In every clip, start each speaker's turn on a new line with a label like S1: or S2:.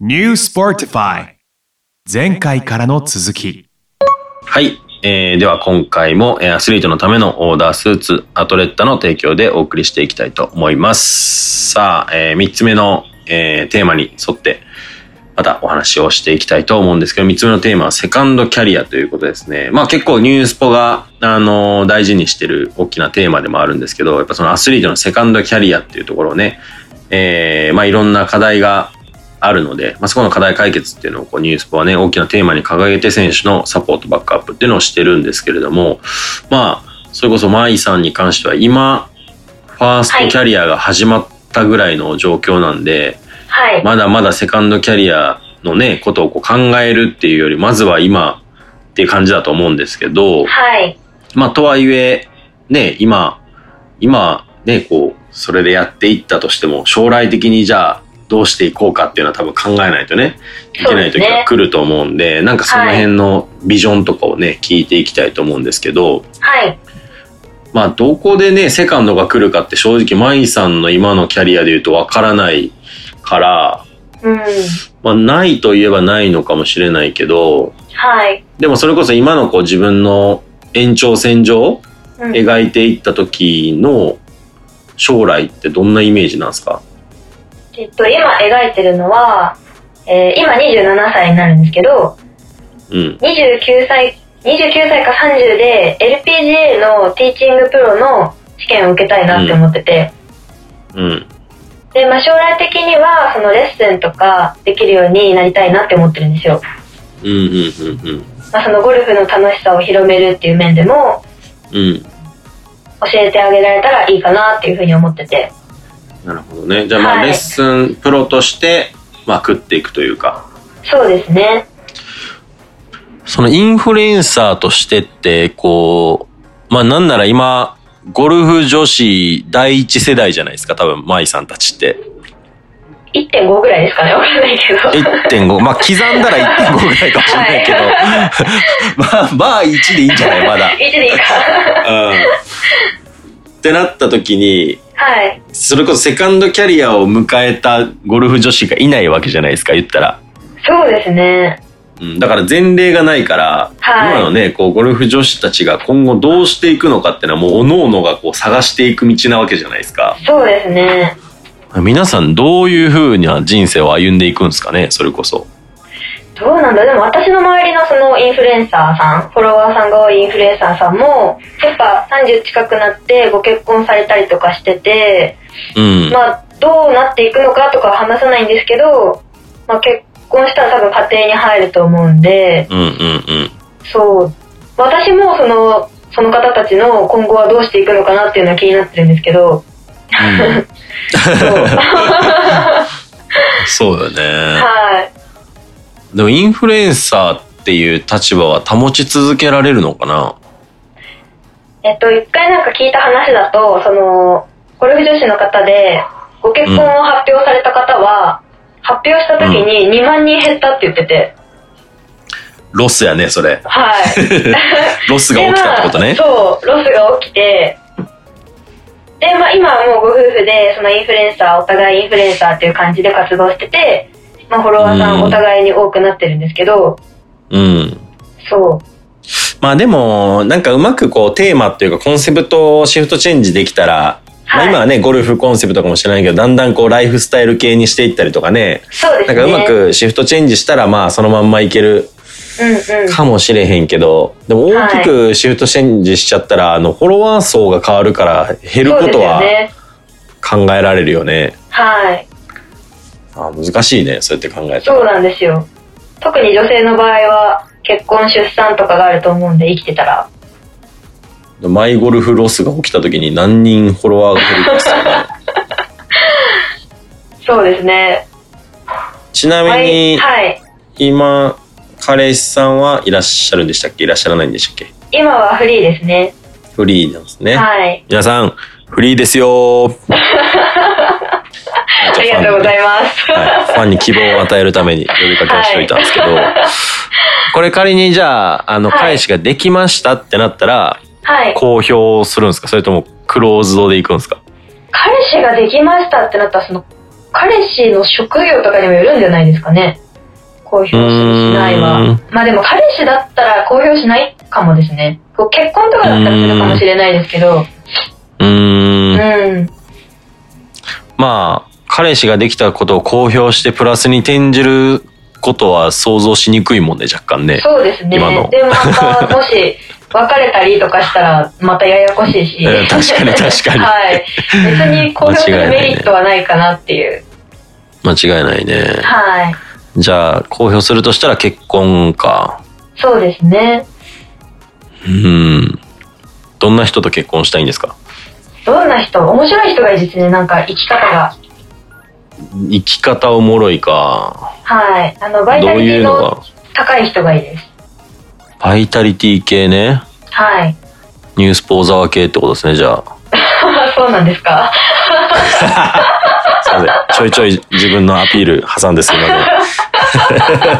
S1: New Sportify 前回からの続き
S2: はい。えーでは今回もえーアスリートのためのオーダースーツアトレッタの提供でお送りしていきたいと思います。さあ、え3つ目の、えーテーマに沿ってまたお話をしていきたいと思うんですけど、3つ目のテーマはセカンドキャリアということですね。まあ結構ニュースポが、あのー大事にしてる大きなテーマでもあるんですけど、やっぱそのアスリートのセカンドキャリアっていうところをね、えーまあいろんな課題があるので、まあ、そこの課題解決っていうのをこうニュースポはね大きなテーマに掲げて選手のサポートバックアップっていうのをしてるんですけれどもまあそれこそマイさんに関しては今ファーストキャリアが始まったぐらいの状況なんで、
S3: はい。
S2: まだまだセカンドキャリアのねことをこう考えるっていうよりまずは今っていう感じだと思うんですけど、
S3: はい。
S2: まあ、とはいえ、ね、今、今、ね、こう、それでやっていったとしても、将来的にじゃあ、どうしていこうかっていうのは多分考えないとね、いけない時が来ると思うんで、なんかその辺のビジョンとかをね、聞いていきたいと思うんですけど、
S3: はい。
S2: まあ、どこでね、セカンドが来るかって正直、マイさんの今のキャリアで言うとわからないから、
S3: うん。
S2: まあ、ないといえばないのかもしれないけど、
S3: はい。
S2: でもそれこそ今のこう自分の延長線上
S3: うん
S2: 描いていった時の将来ってどんなイメージなんですか
S3: えっと、今描いてるのは、えー今27歳になるんですけど、
S2: うん。
S3: 29歳、29歳か30で LPGA のティーチングプロの試験を受けたいなって思ってて、
S2: うん。
S3: で、まあ、将来的には、そのレッスンとかできるようになりたいなって思ってるんですよ。
S2: うんうんうんうん。
S3: まあ、そのゴルフの楽しさを広めるっていう面でも、
S2: うん。
S3: 教えてあげられたらいいかなっていうふうに思ってて、
S2: なるほどね。じゃあまあ
S3: はい
S2: レッスンプロとして、まあ食っていくというか。
S3: そうですね。
S2: そのインフルエンサーとしてって、こう、まあなんなら今、ゴルフ女子第一世代じゃないですか、多分、舞さんたちって。
S3: 1.5ぐらいですかね、わからないけど。
S2: 1.5。まあ刻んだら1.5ぐらいかもしれないけど、 まあ、まあ1でいいんじゃないまだ。
S3: いつでいいか。
S2: うんってなった時に
S3: はい。
S2: それこそセカンドキャリアを迎えたゴルフ女子がいないわけじゃないですか言ったら、
S3: そうですね。
S2: うん、だから前例がないから、
S3: はい
S2: 今のねこうゴルフ女子たちが今後どうしていくのかっていうのはもう各々がこう探していく道なわけじゃないですか
S3: そうですね。
S2: 皆さんどういうふうな人生を歩んでいくんですかねそれこそ
S3: どうなんだでも私の周りのそのインフルエンサーさん、フォロワーさんが多いインフルエンサーさんも、やっぱ30近くなってご結婚されたりとかしてて、
S2: うん、
S3: まあどうなっていくのかとかは話さないんですけど、まあ結婚したら多分家庭に入ると思うんで、
S2: うんうんうん
S3: そう。私もその、その方たちの今後はどうしていくのかなっていうのは気になってるんですけど、
S2: うん
S3: そう。
S2: そうだね
S3: はい。
S2: でもインフルエンサーっていう立場は保ち続けられるのかな
S3: えっと、一回なんか聞いた話だと、その、ゴルフ女子の方で、ご結婚を発表された方は、発表した時に2万人減ったって言ってて、
S2: ロスやねそれ
S3: はい。
S2: ロスが起きたってことね
S3: でまあそう、ロスが起きて、で、まあ今はもうご夫婦で、そのインフルエンサー、お互いインフルエンサーっていう感じで活動してて、まあフォロワーさ
S2: うん
S3: んお互いに多くなってるんですけど、
S2: うん
S3: そう。
S2: まあでもなんかうまくこうテーマっていうかコンセプトをシフトチェンジできたら、まあ
S3: はい
S2: 今はねゴルフコンセプトかもしれないけどだんだんこうライフスタイル系にしていったりとかね
S3: そうです
S2: なん
S3: ね。
S2: かうまくシフトチェンジしたらまあそのまんまいける
S3: うんうん。
S2: かもしれへんけどでも大きくシフトチェンジしちゃったら、あのフォロワー層が変わるから減る
S3: そう
S2: こ
S3: です
S2: と
S3: よ
S2: は
S3: ね。
S2: 考えられるよね。
S3: はい。
S2: あ難しいねそうやって考えたら
S3: そうなんですよ特に女性の場合は結婚出産とかがあると思うんで生きてたら
S2: マイゴルフロスが起きた時に何人フォロワーが減るかです よね
S3: そうですね
S2: ちなみ
S3: はい、
S2: に
S3: はい、
S2: 今彼氏さんはいらっしゃるんでしたっけいらっしゃらないんでしたっけ
S3: 今はフリーですね
S2: フリーなんですね、
S3: はい
S2: 皆さんフリーですよ
S3: あ
S2: あ
S3: りがとうござ
S2: ま
S3: います、
S2: はい、ファンに希望を与えるために呼びかけをしておいたんですけど、これ仮にじゃああの
S3: はい
S2: 彼氏ができましたってなったら
S3: はい
S2: 公表するんですかそれともクローズドでいくんですか
S3: 彼氏ができましたってなったらその彼氏の職業とかにもよるんじゃないですかね公表しないはまあでも彼氏だったら公表しないかもですねこう結婚とかだったらするかもしれないですけど
S2: う
S3: うん
S2: ーん
S3: うん
S2: まあ彼氏ができたことを公表してプラスに転じることは想像しにくいもんね若干ね
S3: そうですね
S2: 今の
S3: でまたもし別れたりとかしたらまたややこしいし
S2: うん確かに確かに
S3: はい別に公表するメリットはないかなっていう
S2: 間違いないね
S3: はい
S2: じゃあ公表するとしたら結婚か
S3: そうですね
S2: うんどんな人と結婚したいんですか
S3: どんな人面白い人がいいですねなんか生き方が
S2: 生き方おもろいか
S3: はいあの
S2: ど
S3: バイタ
S2: う
S3: リテ
S2: い
S3: ィ
S2: うの
S3: の
S2: が
S3: 高い人がいいです
S2: バイタリティ系ね
S3: はい。
S2: ニュースポーザー系ってことですねじゃあ
S3: そうなんですか。
S2: すいません。ちょいちょい自分のアピール挟んですいません。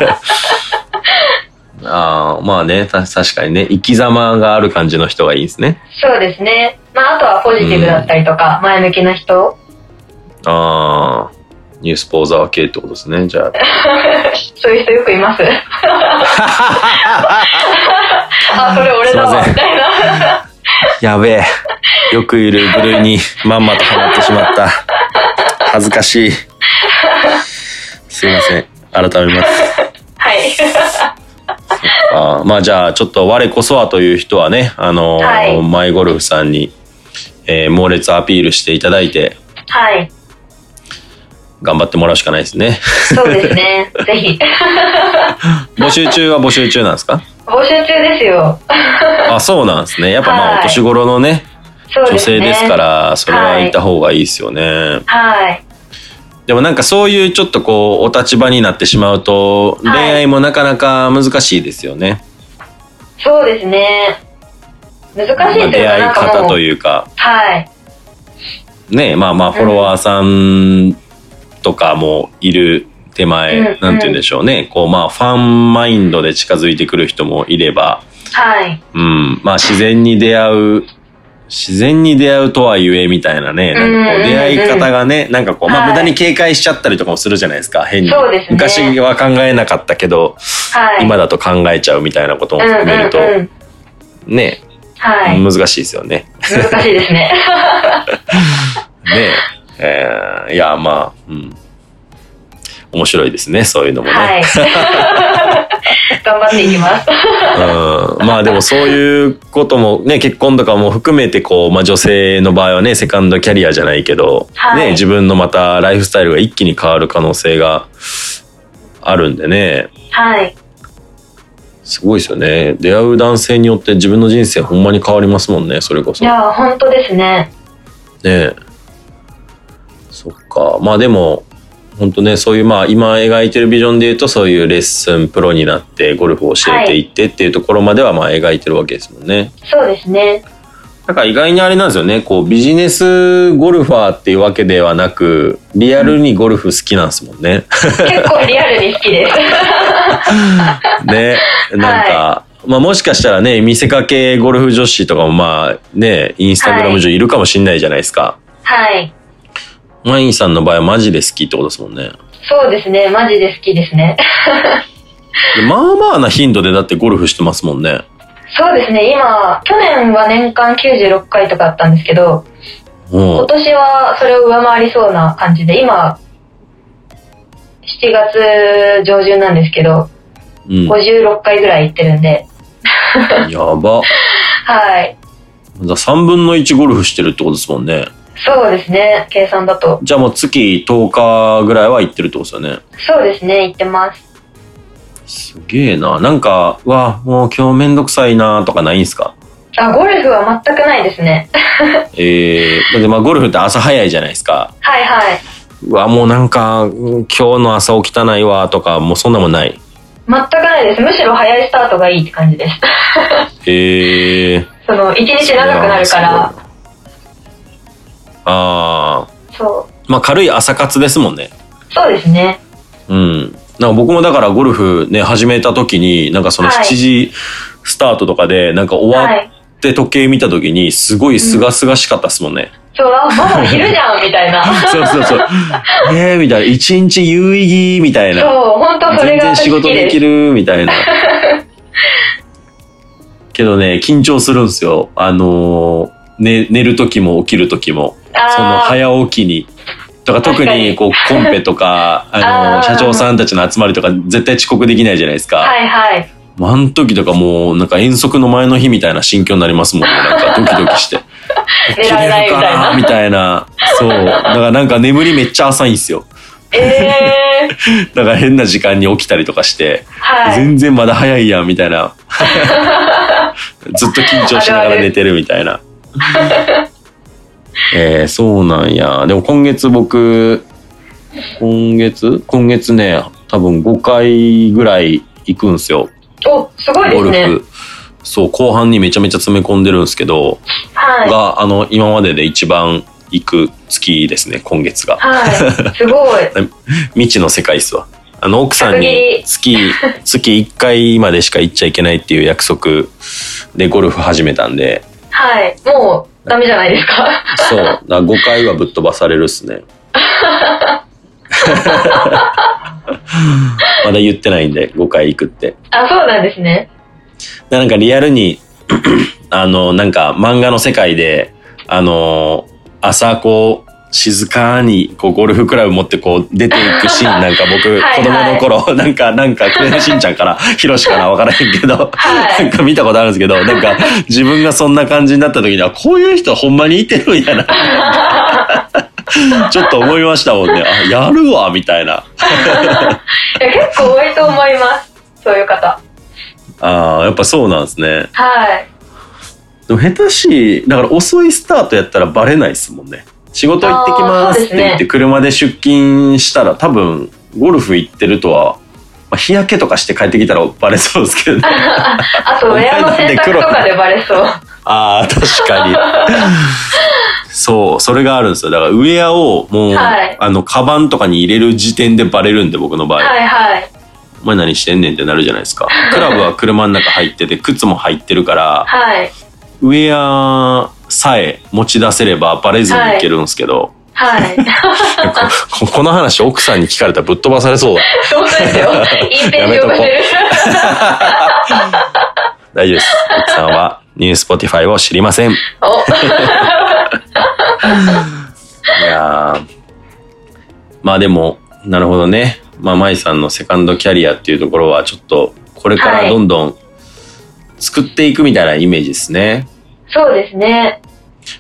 S2: ああ、まあね、た確かにね、生き様がある感じの人がいいですね。
S3: そうですね。まあ、あとはポジティブだったりとか、前向きな人。
S2: ああ、ニュースポーザー系ってことですね、じゃ
S3: そういう人よくい ます。
S2: あ。
S3: あ、それ俺だわ、
S2: すいません
S3: みたいな。
S2: やべえ。よくいる部類にまんまとハマってしまった。恥ずかしい。すいません。改めます。
S3: はい。
S2: あーまあじゃあちょっと我こそはという人はね、あのー
S3: はい
S2: マイゴルフさんに、えー猛烈アピールしていただいて
S3: はい。
S2: 頑張ってもらうしかないですね
S3: そうです ね。ぜひ。
S2: 募集中は募集中なんですか
S3: 募集中ですよ。
S2: あそうなんですねやっぱま
S3: は
S2: あ
S3: い
S2: お年頃のね、
S3: そう
S2: 女
S3: ですね。
S2: 性ですか。らそれはいた方がいいですよね、
S3: はい。
S2: でもなんかそういうちょっとこうお立場になってしまうと恋
S3: はい
S2: 愛もなかなか難しいですよね、
S3: そうですね。難し
S2: まあ
S3: いという
S2: 出
S3: か、
S2: 会
S3: ないんか
S2: 方
S3: も
S2: と
S3: う。
S2: いうか
S3: はい。
S2: ねまあまあフォロワーさんとかもいる手前、
S3: うん
S2: なんて言うんでしょうねこうまあファンマインドで近づいてくる人もいれば、
S3: はい。
S2: うん、まあ自然に出会う自然に出会うとはゆえみたいなねなんかこ
S3: うん
S2: う
S3: うんうん
S2: 出会い方がねなんかこう、まあ、
S3: はい
S2: 無駄に警戒しちゃったりとかもするじゃないですか変に
S3: そうですね
S2: 昔は考えなかったけど、
S3: はい。
S2: 今だと考えちゃうみたいなことも含めると、
S3: うんうんうん。
S2: ね、
S3: はい。
S2: 難しいですよね。
S3: 難しいですね。
S2: ねえ、えーいや、まあ、うん。面白いですね、そういうのもね。
S3: はい。 頑張っていきます。
S2: うん、まあでもそういうこともね、結婚とかも含めて、こう、まあ女性の場合はね、セカンドキャリアじゃないけど、
S3: はい
S2: ね、自分のまたライフスタイルが一気に変わる可能性があるんでね、
S3: はい。
S2: すごいですよね。出会う男性によって自分の人生ほんまに変わりますもんね、それこ
S3: い
S2: そ。ね
S3: や、本当ですね。
S2: えそっか。まあでも、本当ね、そういうまあ今描いてるビジョンで言うとそういうレッスンプロになってゴルフを教えていってっていうところまではまあ描いてるわけですもんね。
S3: そうですね。
S2: だから意外にあれなんですよね、こうビジネスゴルファーっていうわけではなく、リアルにゴルフ好きなんですもん ね。
S3: 結構リアルに好きです。
S2: ね、なんか、まあもしかしたらね、見せかけゴルフ女子とかもまあね、インスタグラム上いるかもしんないじゃないですか。
S3: はい。
S2: マインさんの場合はマジで好きってことですもんね。
S3: そうですね。マジで好きですね。
S2: でまあまあな頻度でだってゴルフしてますもんね。
S3: そうですね。今、去年は年間96回とかあったんですけど、
S2: うん
S3: 今年はそれを上回りそうな感じで、今、7月上旬なんですけど、
S2: うん、
S3: 56回ぐらい行ってるんで、
S2: やば。
S3: はい。
S2: 3分の1ゴルフしてるってことですもんね。
S3: そうですね。計算だと。
S2: じゃあもう月10日ぐらいは行ってるってことですよね。
S3: そうですね。行ってます。
S2: すげえな。なんか、うわ、もう今日めんどくさいなとかないんすか
S3: あ、ゴルフは全くないですね。
S2: えー、だってまあゴルフって朝早いじゃないですか。
S3: はいはい。
S2: うわ、もうなんか、うん今日の朝起きたないわとか、もうそんなもんない。
S3: 全くないです。むしろ早いスタートがいいって感じです。
S2: えー。
S3: その、一日長くなるか
S2: いや
S3: ら
S2: す、ごいなあ
S3: そ
S2: ー。まあ軽い朝活ですもんね。
S3: う。そうですね。
S2: うん。なんか僕もだからゴルフね、始めた時に、なんかその
S3: はい
S2: 7時スタートとかで、なんか終
S3: は
S2: わ
S3: い。
S2: って時計見た時に、すごい清々しかったっすもんね。
S3: そう、あママ昼じゃんみたいな。
S2: そうそうそう。えー、みたいな。一日有意義、み たいな。
S3: そう、本当それ
S2: 全
S3: が
S2: 然仕
S3: 私好
S2: 事
S3: き
S2: で
S3: で
S2: き
S3: す。
S2: る、みたいな。 けどね、緊張するんですよ。あのーね、寝る時も起きる時も。その
S3: あー
S2: 早起きに。とか特
S3: 確か
S2: に
S3: に
S2: こうコンペと か、あのー
S3: あー
S2: 社長さんたちの集まりとか絶対遅刻できないじゃないですか。
S3: はいはい。
S2: もうあの時とかもうなんか遠足の前の日みたいな心境になりますもんね。なんかドキドキして。起き
S3: 寝られな
S2: れ
S3: い
S2: る
S3: み
S2: か
S3: たい
S2: な
S3: な。
S2: みたいな。そう。だからなんか眠りめっちゃ浅いんですよ。
S3: えー、
S2: だから変な時間に起きたりとかして、
S3: はい。
S2: 全然まだ早いやんみたいな。ずっと緊張しながら寝てるみたい な。えー、そうなんや。でも今月僕、今月今月ね、多分5回ぐらい行くんすよ。
S3: お、すごいで
S2: ゴ
S3: す
S2: ル
S3: ね。
S2: フ。そう、後半にめちゃめちゃ詰め込んでるんですけど、
S3: はい。
S2: が、あの、今までで一番行く月ですね、今月が。
S3: はい。すごい。
S2: 未知の世界っすわ。あの、奥さん
S3: 角切
S2: に
S3: り
S2: 月、月1回までしか行っちゃいけないっていう約束でゴルフ始めたんで、
S3: はい。もう、ダメじゃないですか。
S2: そう、だから5回はぶっ飛ばされるっす ね。 まだ言ってないんで、5回行くって。
S3: あ、そうなんですね。
S2: でなんかリアルに あのなんか漫画の世界であの朝こう静かにこうゴルフクラブ持ってこう出ていくシーンなんか僕
S3: いはい
S2: 子供の頃なんかなんかクレヨンしんちゃんから ヒロシからわからへんけど、
S3: はい
S2: なんか見たことあるんですけどなんか自分がそんな感じになった時にはこういう人ほんまにいてるんやな ちょっと思いましたもんねあやるわみたいない
S3: や結構多いと思います。そういう方。
S2: あーやっぱそうなんですね
S3: はい。
S2: でも下手しだから遅いスタートやったらバレないですもんね仕事行ってきますって言
S3: あー
S2: っ
S3: そうです
S2: て
S3: ね
S2: 車で出勤したら多分ゴルフ行ってるとは、まあ、日焼けとかして帰ってきたらバレそうですけどね
S3: あと、ウェアの選択とかでバレそう。
S2: あー確かにそうそれがあるんですよだからウェアをもう、
S3: はい
S2: あのカバンとかに入れる時点でバレるんで僕の場合、
S3: はいはい。
S2: お前何してんねんってなるじゃないですかクラブは車の中入ってて靴も入ってるから
S3: はい。
S2: ウェアさえ持ち出せればバレずにいけるんですけど、
S3: はい。
S2: こ この話奥さんに聞かれたらぶっ飛ばされそうだ
S3: 本当ですよ。いいページを出せ る。
S2: 大丈夫です奥さんはニュースポティファイを知りませんい
S3: お、
S2: やーまあでもなるほどねまあ舞さんのセカンドキャリアっていうところはちょっとこれからどんどん作っていくみたいなイメージですね、
S3: そうですね。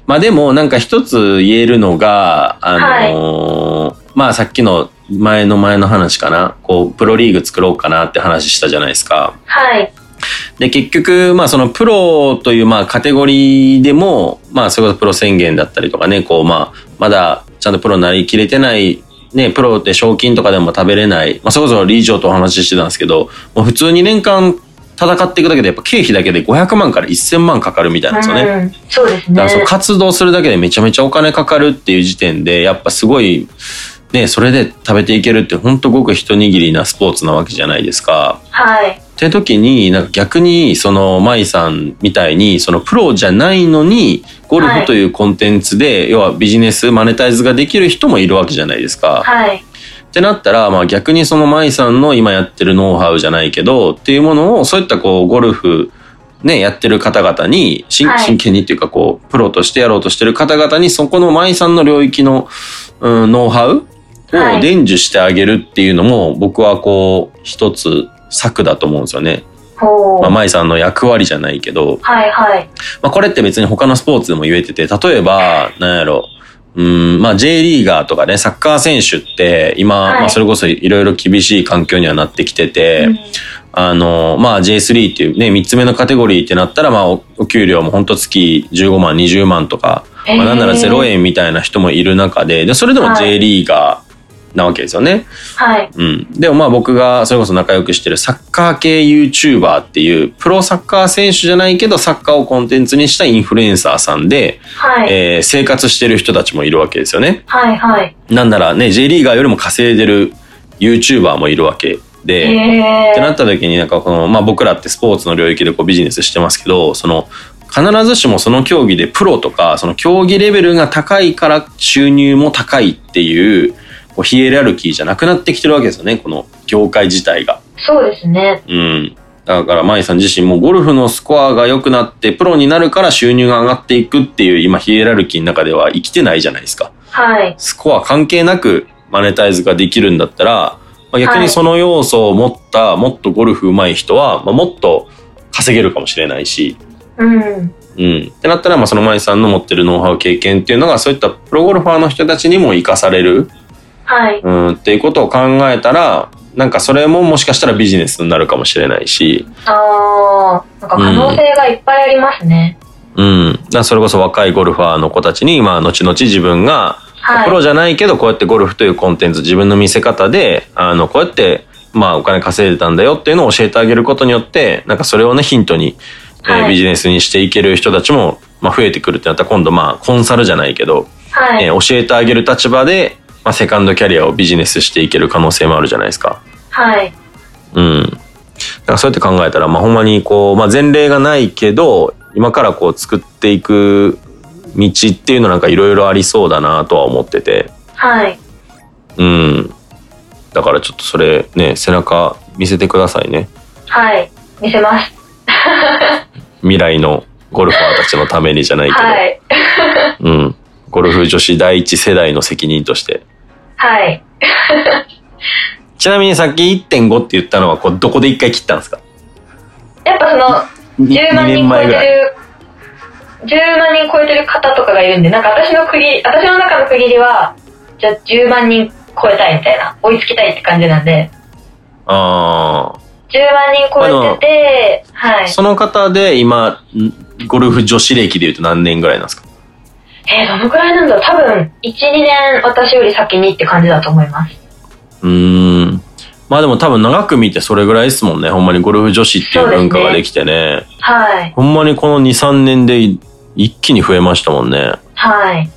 S2: まあでもなんか一つ言えるのがあのーまあさっきの前の前の話かなこうプロリーグ作ろうかなって話したじゃないですか
S3: はい。
S2: で結局、まあ、そのプロというまあカテゴリーでも、まあ、それこそプロ宣言だったりとかねこう、まあ、まだちゃんとプロになりきれてない、ね、プロで賞金とかでも食べれない、まあ、それこそ理事長とお話ししてたんですけどもう普通に年間戦っていくだけでやっぱ経費だけで500万から1000万かかるみたいなんですよね。
S3: うん、そうです
S2: だからその
S3: ね。
S2: 活動するだけでめちゃめちゃお金かかるっていう時点でやっぱすごい、ね、それで食べていけるってほんとごく一握りなスポーツなわけじゃないですか。
S3: はい。
S2: って時になんか逆にその舞さんみたいにそのプロじゃないのにゴル
S3: は
S2: フ
S3: い
S2: というコンテンツで、要はビジネスマネタイズができる人もいるわけじゃないですか。
S3: はい。
S2: ってなったら、まあ、逆にその舞さんの今やってるノウハウじゃないけどっていうものをそういったこうゴルフね、やってる方々に真,、
S3: はい
S2: 真剣にっていうかこうプロとしてやろうとしてる方々にそこの舞さんの領域の、うん、ノウハウ
S3: は
S2: を
S3: い
S2: 伝授してあげるっていうのも僕はこう一つ策だと思うんですよね。
S3: ほう。
S2: まあ、舞さんの役割じゃないけど、
S3: はいはい。
S2: まあ、これって別に他のスポーツでも言えてて、例えば、なんやろ、うん、まあ、J リーガーとかね、サッカー選手って、今、
S3: はい
S2: まあ、それこそいろいろ厳しい環境にはなってきてて、
S3: うん
S2: あの、まあ、J3 っていうね、3つ目のカテゴリーってなったら、まあ、おお給料も本当月15万、20万とか、まあ、なんなら0。円みたいな人もいる中で、で、それでも
S3: はい
S2: J リーガーなわけですよね。
S3: えーはい。
S2: うん、でもまあ僕がそれこそ仲良くしてるサッカー系 YouTuber っていうプロサッカー選手じゃないけどサッカーをコンテンツにしたインフルエンサーさんで、
S3: はい。
S2: えー生活してる人たちもいるわけですよね。
S3: はいはい。
S2: なんならね J リーガーよりも稼いでる YouTuber もいるわけで。
S3: え
S2: って
S3: ー
S2: なった時になんかこの、まあ、僕らってスポーツの領域でこうビジネスしてますけどその必ずしもその競技でプロとかその競技レベルが高いから収入も高いっていうこうヒエラルキーじゃなくなってきてるわけですよねこの業界自体が。
S3: そうですね。
S2: うん、だから舞さん自身もゴルフのスコアが良くなってプロになるから収入が上がっていくっていう今ヒエラルキーの中では生きてないじゃないですか。
S3: はい。
S2: スコア関係なくマネタイズができるんだったら、まあ逆
S3: は
S2: に
S3: い
S2: その要素を持ったもっとゴルフ上手い人は、まあもっと稼げるかもしれないし、
S3: うん。
S2: うん、ってなったら、まあ、その舞さんの持ってるノウハウ経験っていうのがそういったプロゴルファーの人たちにも生かされる、
S3: はい。
S2: うん、っていうことを考えたらなんかそれももしかしたらビジネスになるかもしれないし、
S3: あー、なんか可能性がいっぱいありますね。
S2: うん、だからそれこそ若いゴルファーの子たちに、まあ、後々自分が
S3: はい。
S2: プロじゃないけどこうやってゴルフというコンテンツ自分の見せ方であのこうやって、まあ、お金稼いでたんだよっていうのを教えてあげることによってなんかそれをねヒントに、えー
S3: はい
S2: ビジネスにしていける人たちも、まあ、増えてくるってなったら今度まあコンサルじゃないけど、
S3: はい。
S2: えー教えてあげる立場で、まあ、セカンドキャリアをビジネスしていける可能性もあるじゃないですか。
S3: はい。
S2: うん。だからそうやって考えたら、まあ、ほんまにこう、まあ、前例がないけど、今からこう作っていく道っていうのなんかいろいろありそうだなとは思ってて。
S3: はい。
S2: うん。だからちょっとそれね、背中見せてくださいね。
S3: はい。見せます。
S2: 未来のゴルファーたちのためにじゃないけど。
S3: はい。
S2: うん。ゴルフ女子第一世代の責任として。
S3: はい。
S2: ちなみにさっき1.5って言ったのは、こう、どこで一回切ったんですか
S3: やっぱその、10万人超えてる、10万人超えてる方とかがいるんで、なんか私の区切り、私の中の区切りは、じゃあ10万人超えたいみたいな、追いつきたいって感じなんで、
S2: あ
S3: 10万人超えてて、は
S2: あ。
S3: い。
S2: その方で今、んゴルフ女子歴で言うと何年ぐらいなんですか
S3: えー、どのくらいなんだろう多分、1、2年私より先にって感じだと思います。
S2: うーん。まあでも多分長く見てそれぐらいですもんね。ほんまにゴルフ女子っていう文化ができてね。
S3: はい。
S2: ほんまにこの2、3年で一気に増えましたもんね。
S3: はい。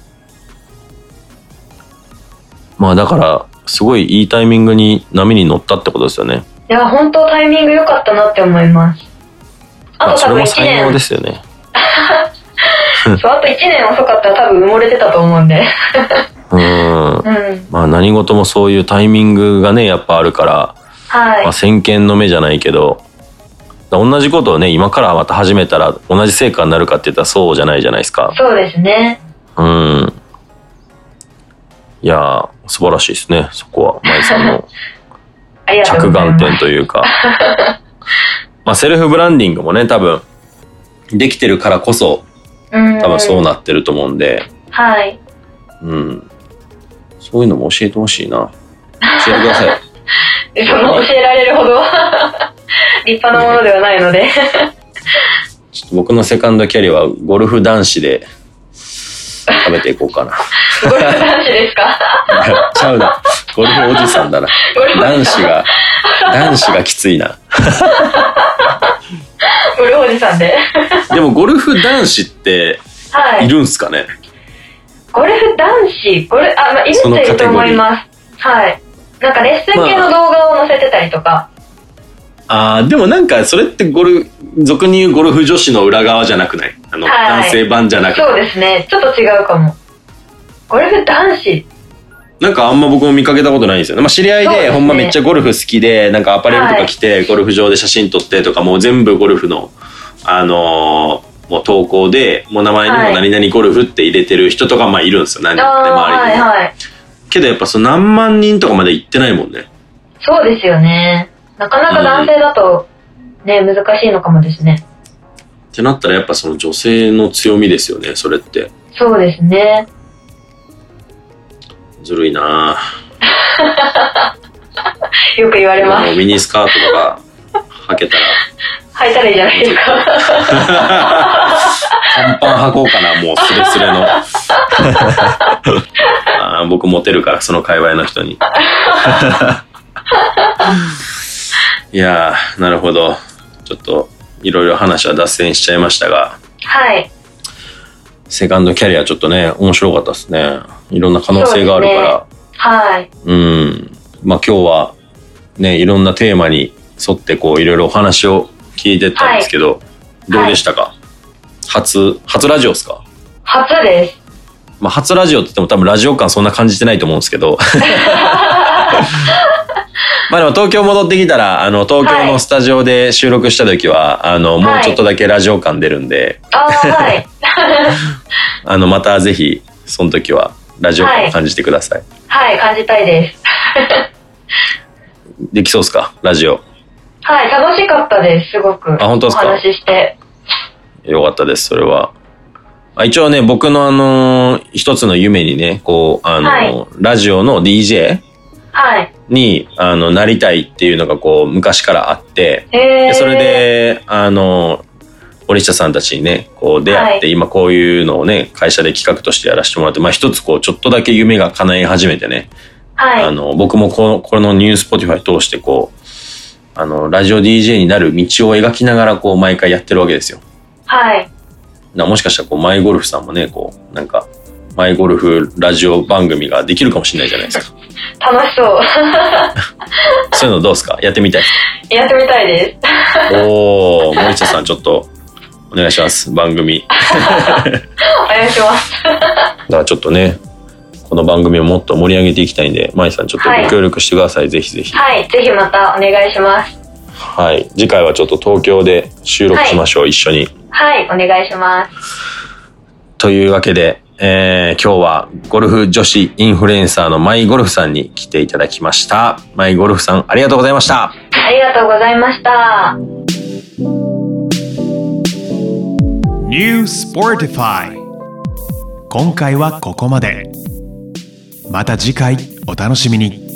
S2: まあだから、すごいいいタイミングに波に乗ったってことですよね。
S3: いや、本当タイミング良かったなって思います。
S2: ま
S3: あと
S2: それ
S3: 多分
S2: も
S3: 1
S2: 才能で
S3: 年、
S2: すよね。
S3: そう、あと1年遅かったら多分埋もれてたと思う んで。
S2: うーん。
S3: うん。
S2: まあ何事もそういうタイミングがね、やっぱあるから、
S3: はい
S2: まあ、。先見の目じゃないけど同じことをね今からまた始めたら同じ成果になるかって言ったらそうじゃないじゃないですか
S3: そうですね。
S2: うんいやー素晴らしいですねそこは舞さんの
S3: ありがとう
S2: 着
S3: ござい
S2: 眼
S3: ます。
S2: 点という かまあセルフブランディングもね多分できてるからこそ
S3: うん。
S2: 多分そうなってると思うんで、
S3: はい。
S2: うん、そういうのも教えてほしいな教えてください
S3: その教えられるほど 立派なものではない ので。
S2: ちょっと僕のセカンドキャリアはゴルフ男子で食べていこうかな
S3: ゴルフ男子ですか
S2: ちゃうな。ゴルフおじさんだな。
S3: ゴルフお
S2: 男
S3: じさ
S2: 子
S3: ん。
S2: が、男子がきついな。
S3: ゴルフおじさんで。
S2: でもゴルフ男子って
S3: はいい。
S2: るんすかね、
S3: ゴルフ男子、ゴル、あ、まあ、いるっちゃいると思います。はい。なんかレッスン系の動画を載せてたりとか。
S2: ああ、でもなんかそれってゴル、俗に言うゴルフ女子の裏側じゃなくないあの、
S3: はい
S2: 男性版じゃなく
S3: そうですね。ちょっと違うかも。ゴルフ男子。
S2: なんかあんま僕も見かけたことないんですよね。まあ知り合い
S3: そうです
S2: で、
S3: ね
S2: ほんまめっちゃゴルフ好きで、なんかアパレルとか着て、ゴルフ場で写真撮ってとか、もう全部ゴルフの、あのーもう投稿で、もう名前に
S3: は
S2: も
S3: い
S2: 何々ゴルフって入れてる人とか、まあいるんですよ。何
S3: あ
S2: 人かね、
S3: あー、
S2: 周
S3: は
S2: り
S3: い
S2: に。
S3: はい。
S2: けどやっぱその何万人とかまで行ってないもんね。
S3: そうですよね。なかなか男性だと、ね、難しいのかもですね。
S2: ってなったらやっぱその女性の強みですよね、それって。
S3: そうですね。
S2: ずるいなぁ。
S3: よく言われま
S2: あの
S3: す。
S2: ミニスカートとか履けたら、
S3: 履いたらいいじゃないですか。
S2: 短パン履こうかな、もうスレスレの。あー僕モテるから、その界隈の人に。いやー、なるほど。ちょっと、いろいろ話は脱線しちゃいましたが、
S3: はい。
S2: セカンドキャリアちょっとね、面白かったですね。いろんな可能性があるから。
S3: はい。
S2: うん。まあ今日はね、いろんなテーマに沿ってこういろいろお話を聞いてったんですけど、どうでしたか、初、初ラジオですか
S3: 初です。
S2: まあ、初ラジオって言っても多分ラジオ感そんな感じてないと思うんですけど。 まあでも東京戻ってきたら、あの、東京のスタジオで収録した時は、あの、もうちょっとだけラジオ感出るんで、
S3: あー はい。
S2: あの、またぜひ、その時はラジオ
S3: は
S2: 感
S3: い
S2: 感じてください。
S3: はい、感じたいです。
S2: できそうですかラジオ。
S3: はい、楽しかったです、すごく。
S2: あ本当ですか
S3: お話しして。
S2: よかったです、それは。あ一応ね、僕のあのー一つの夢にね、こう、あのー
S3: はい
S2: ラジオの DJ
S3: はい。
S2: に、あの、なりたいっていうのがこう、昔からあって、
S3: へ
S2: で
S3: え。
S2: それで、あのー、堀下さんたちにね、こう出会って、今こういうのをね、会社で企画としてやらせてもらって、まあ一つこう、ちょっとだけ夢が叶い始めてね、
S3: はい。
S2: あの、僕もこの、このニュースポティファイ通してこう、あの、ラジオ DJ になる道を描きながらこう、毎回やってるわけですよ。
S3: はい。
S2: なもしかしたらこうマイゴルフさんもねこうなんかマイゴルフラジオ番組ができるかもしれないじゃない ですか
S3: 楽しそう。
S2: そういうのどうですかやってみたいです
S3: やってみたいです。
S2: かおお森下さんちょっとお願いします番組だ
S3: お願いします。
S2: からちょっとねこの番組をもっと盛り上げていきたいんでマイさんちょっとご協力してください、ぜひぜひ
S3: はい、ぜひまたお願いします。
S2: はい次回はちょっと東京で収録しましょう、一緒に
S3: はい、お願いします。
S2: というわけで、えー今日はゴルフ女子インフルエンサーのマイゴルフさんに来ていただきましたマイゴルフさんありがとうございました
S3: ありがとうございました。
S1: New Sportify 今回はここまでまた次回お楽しみに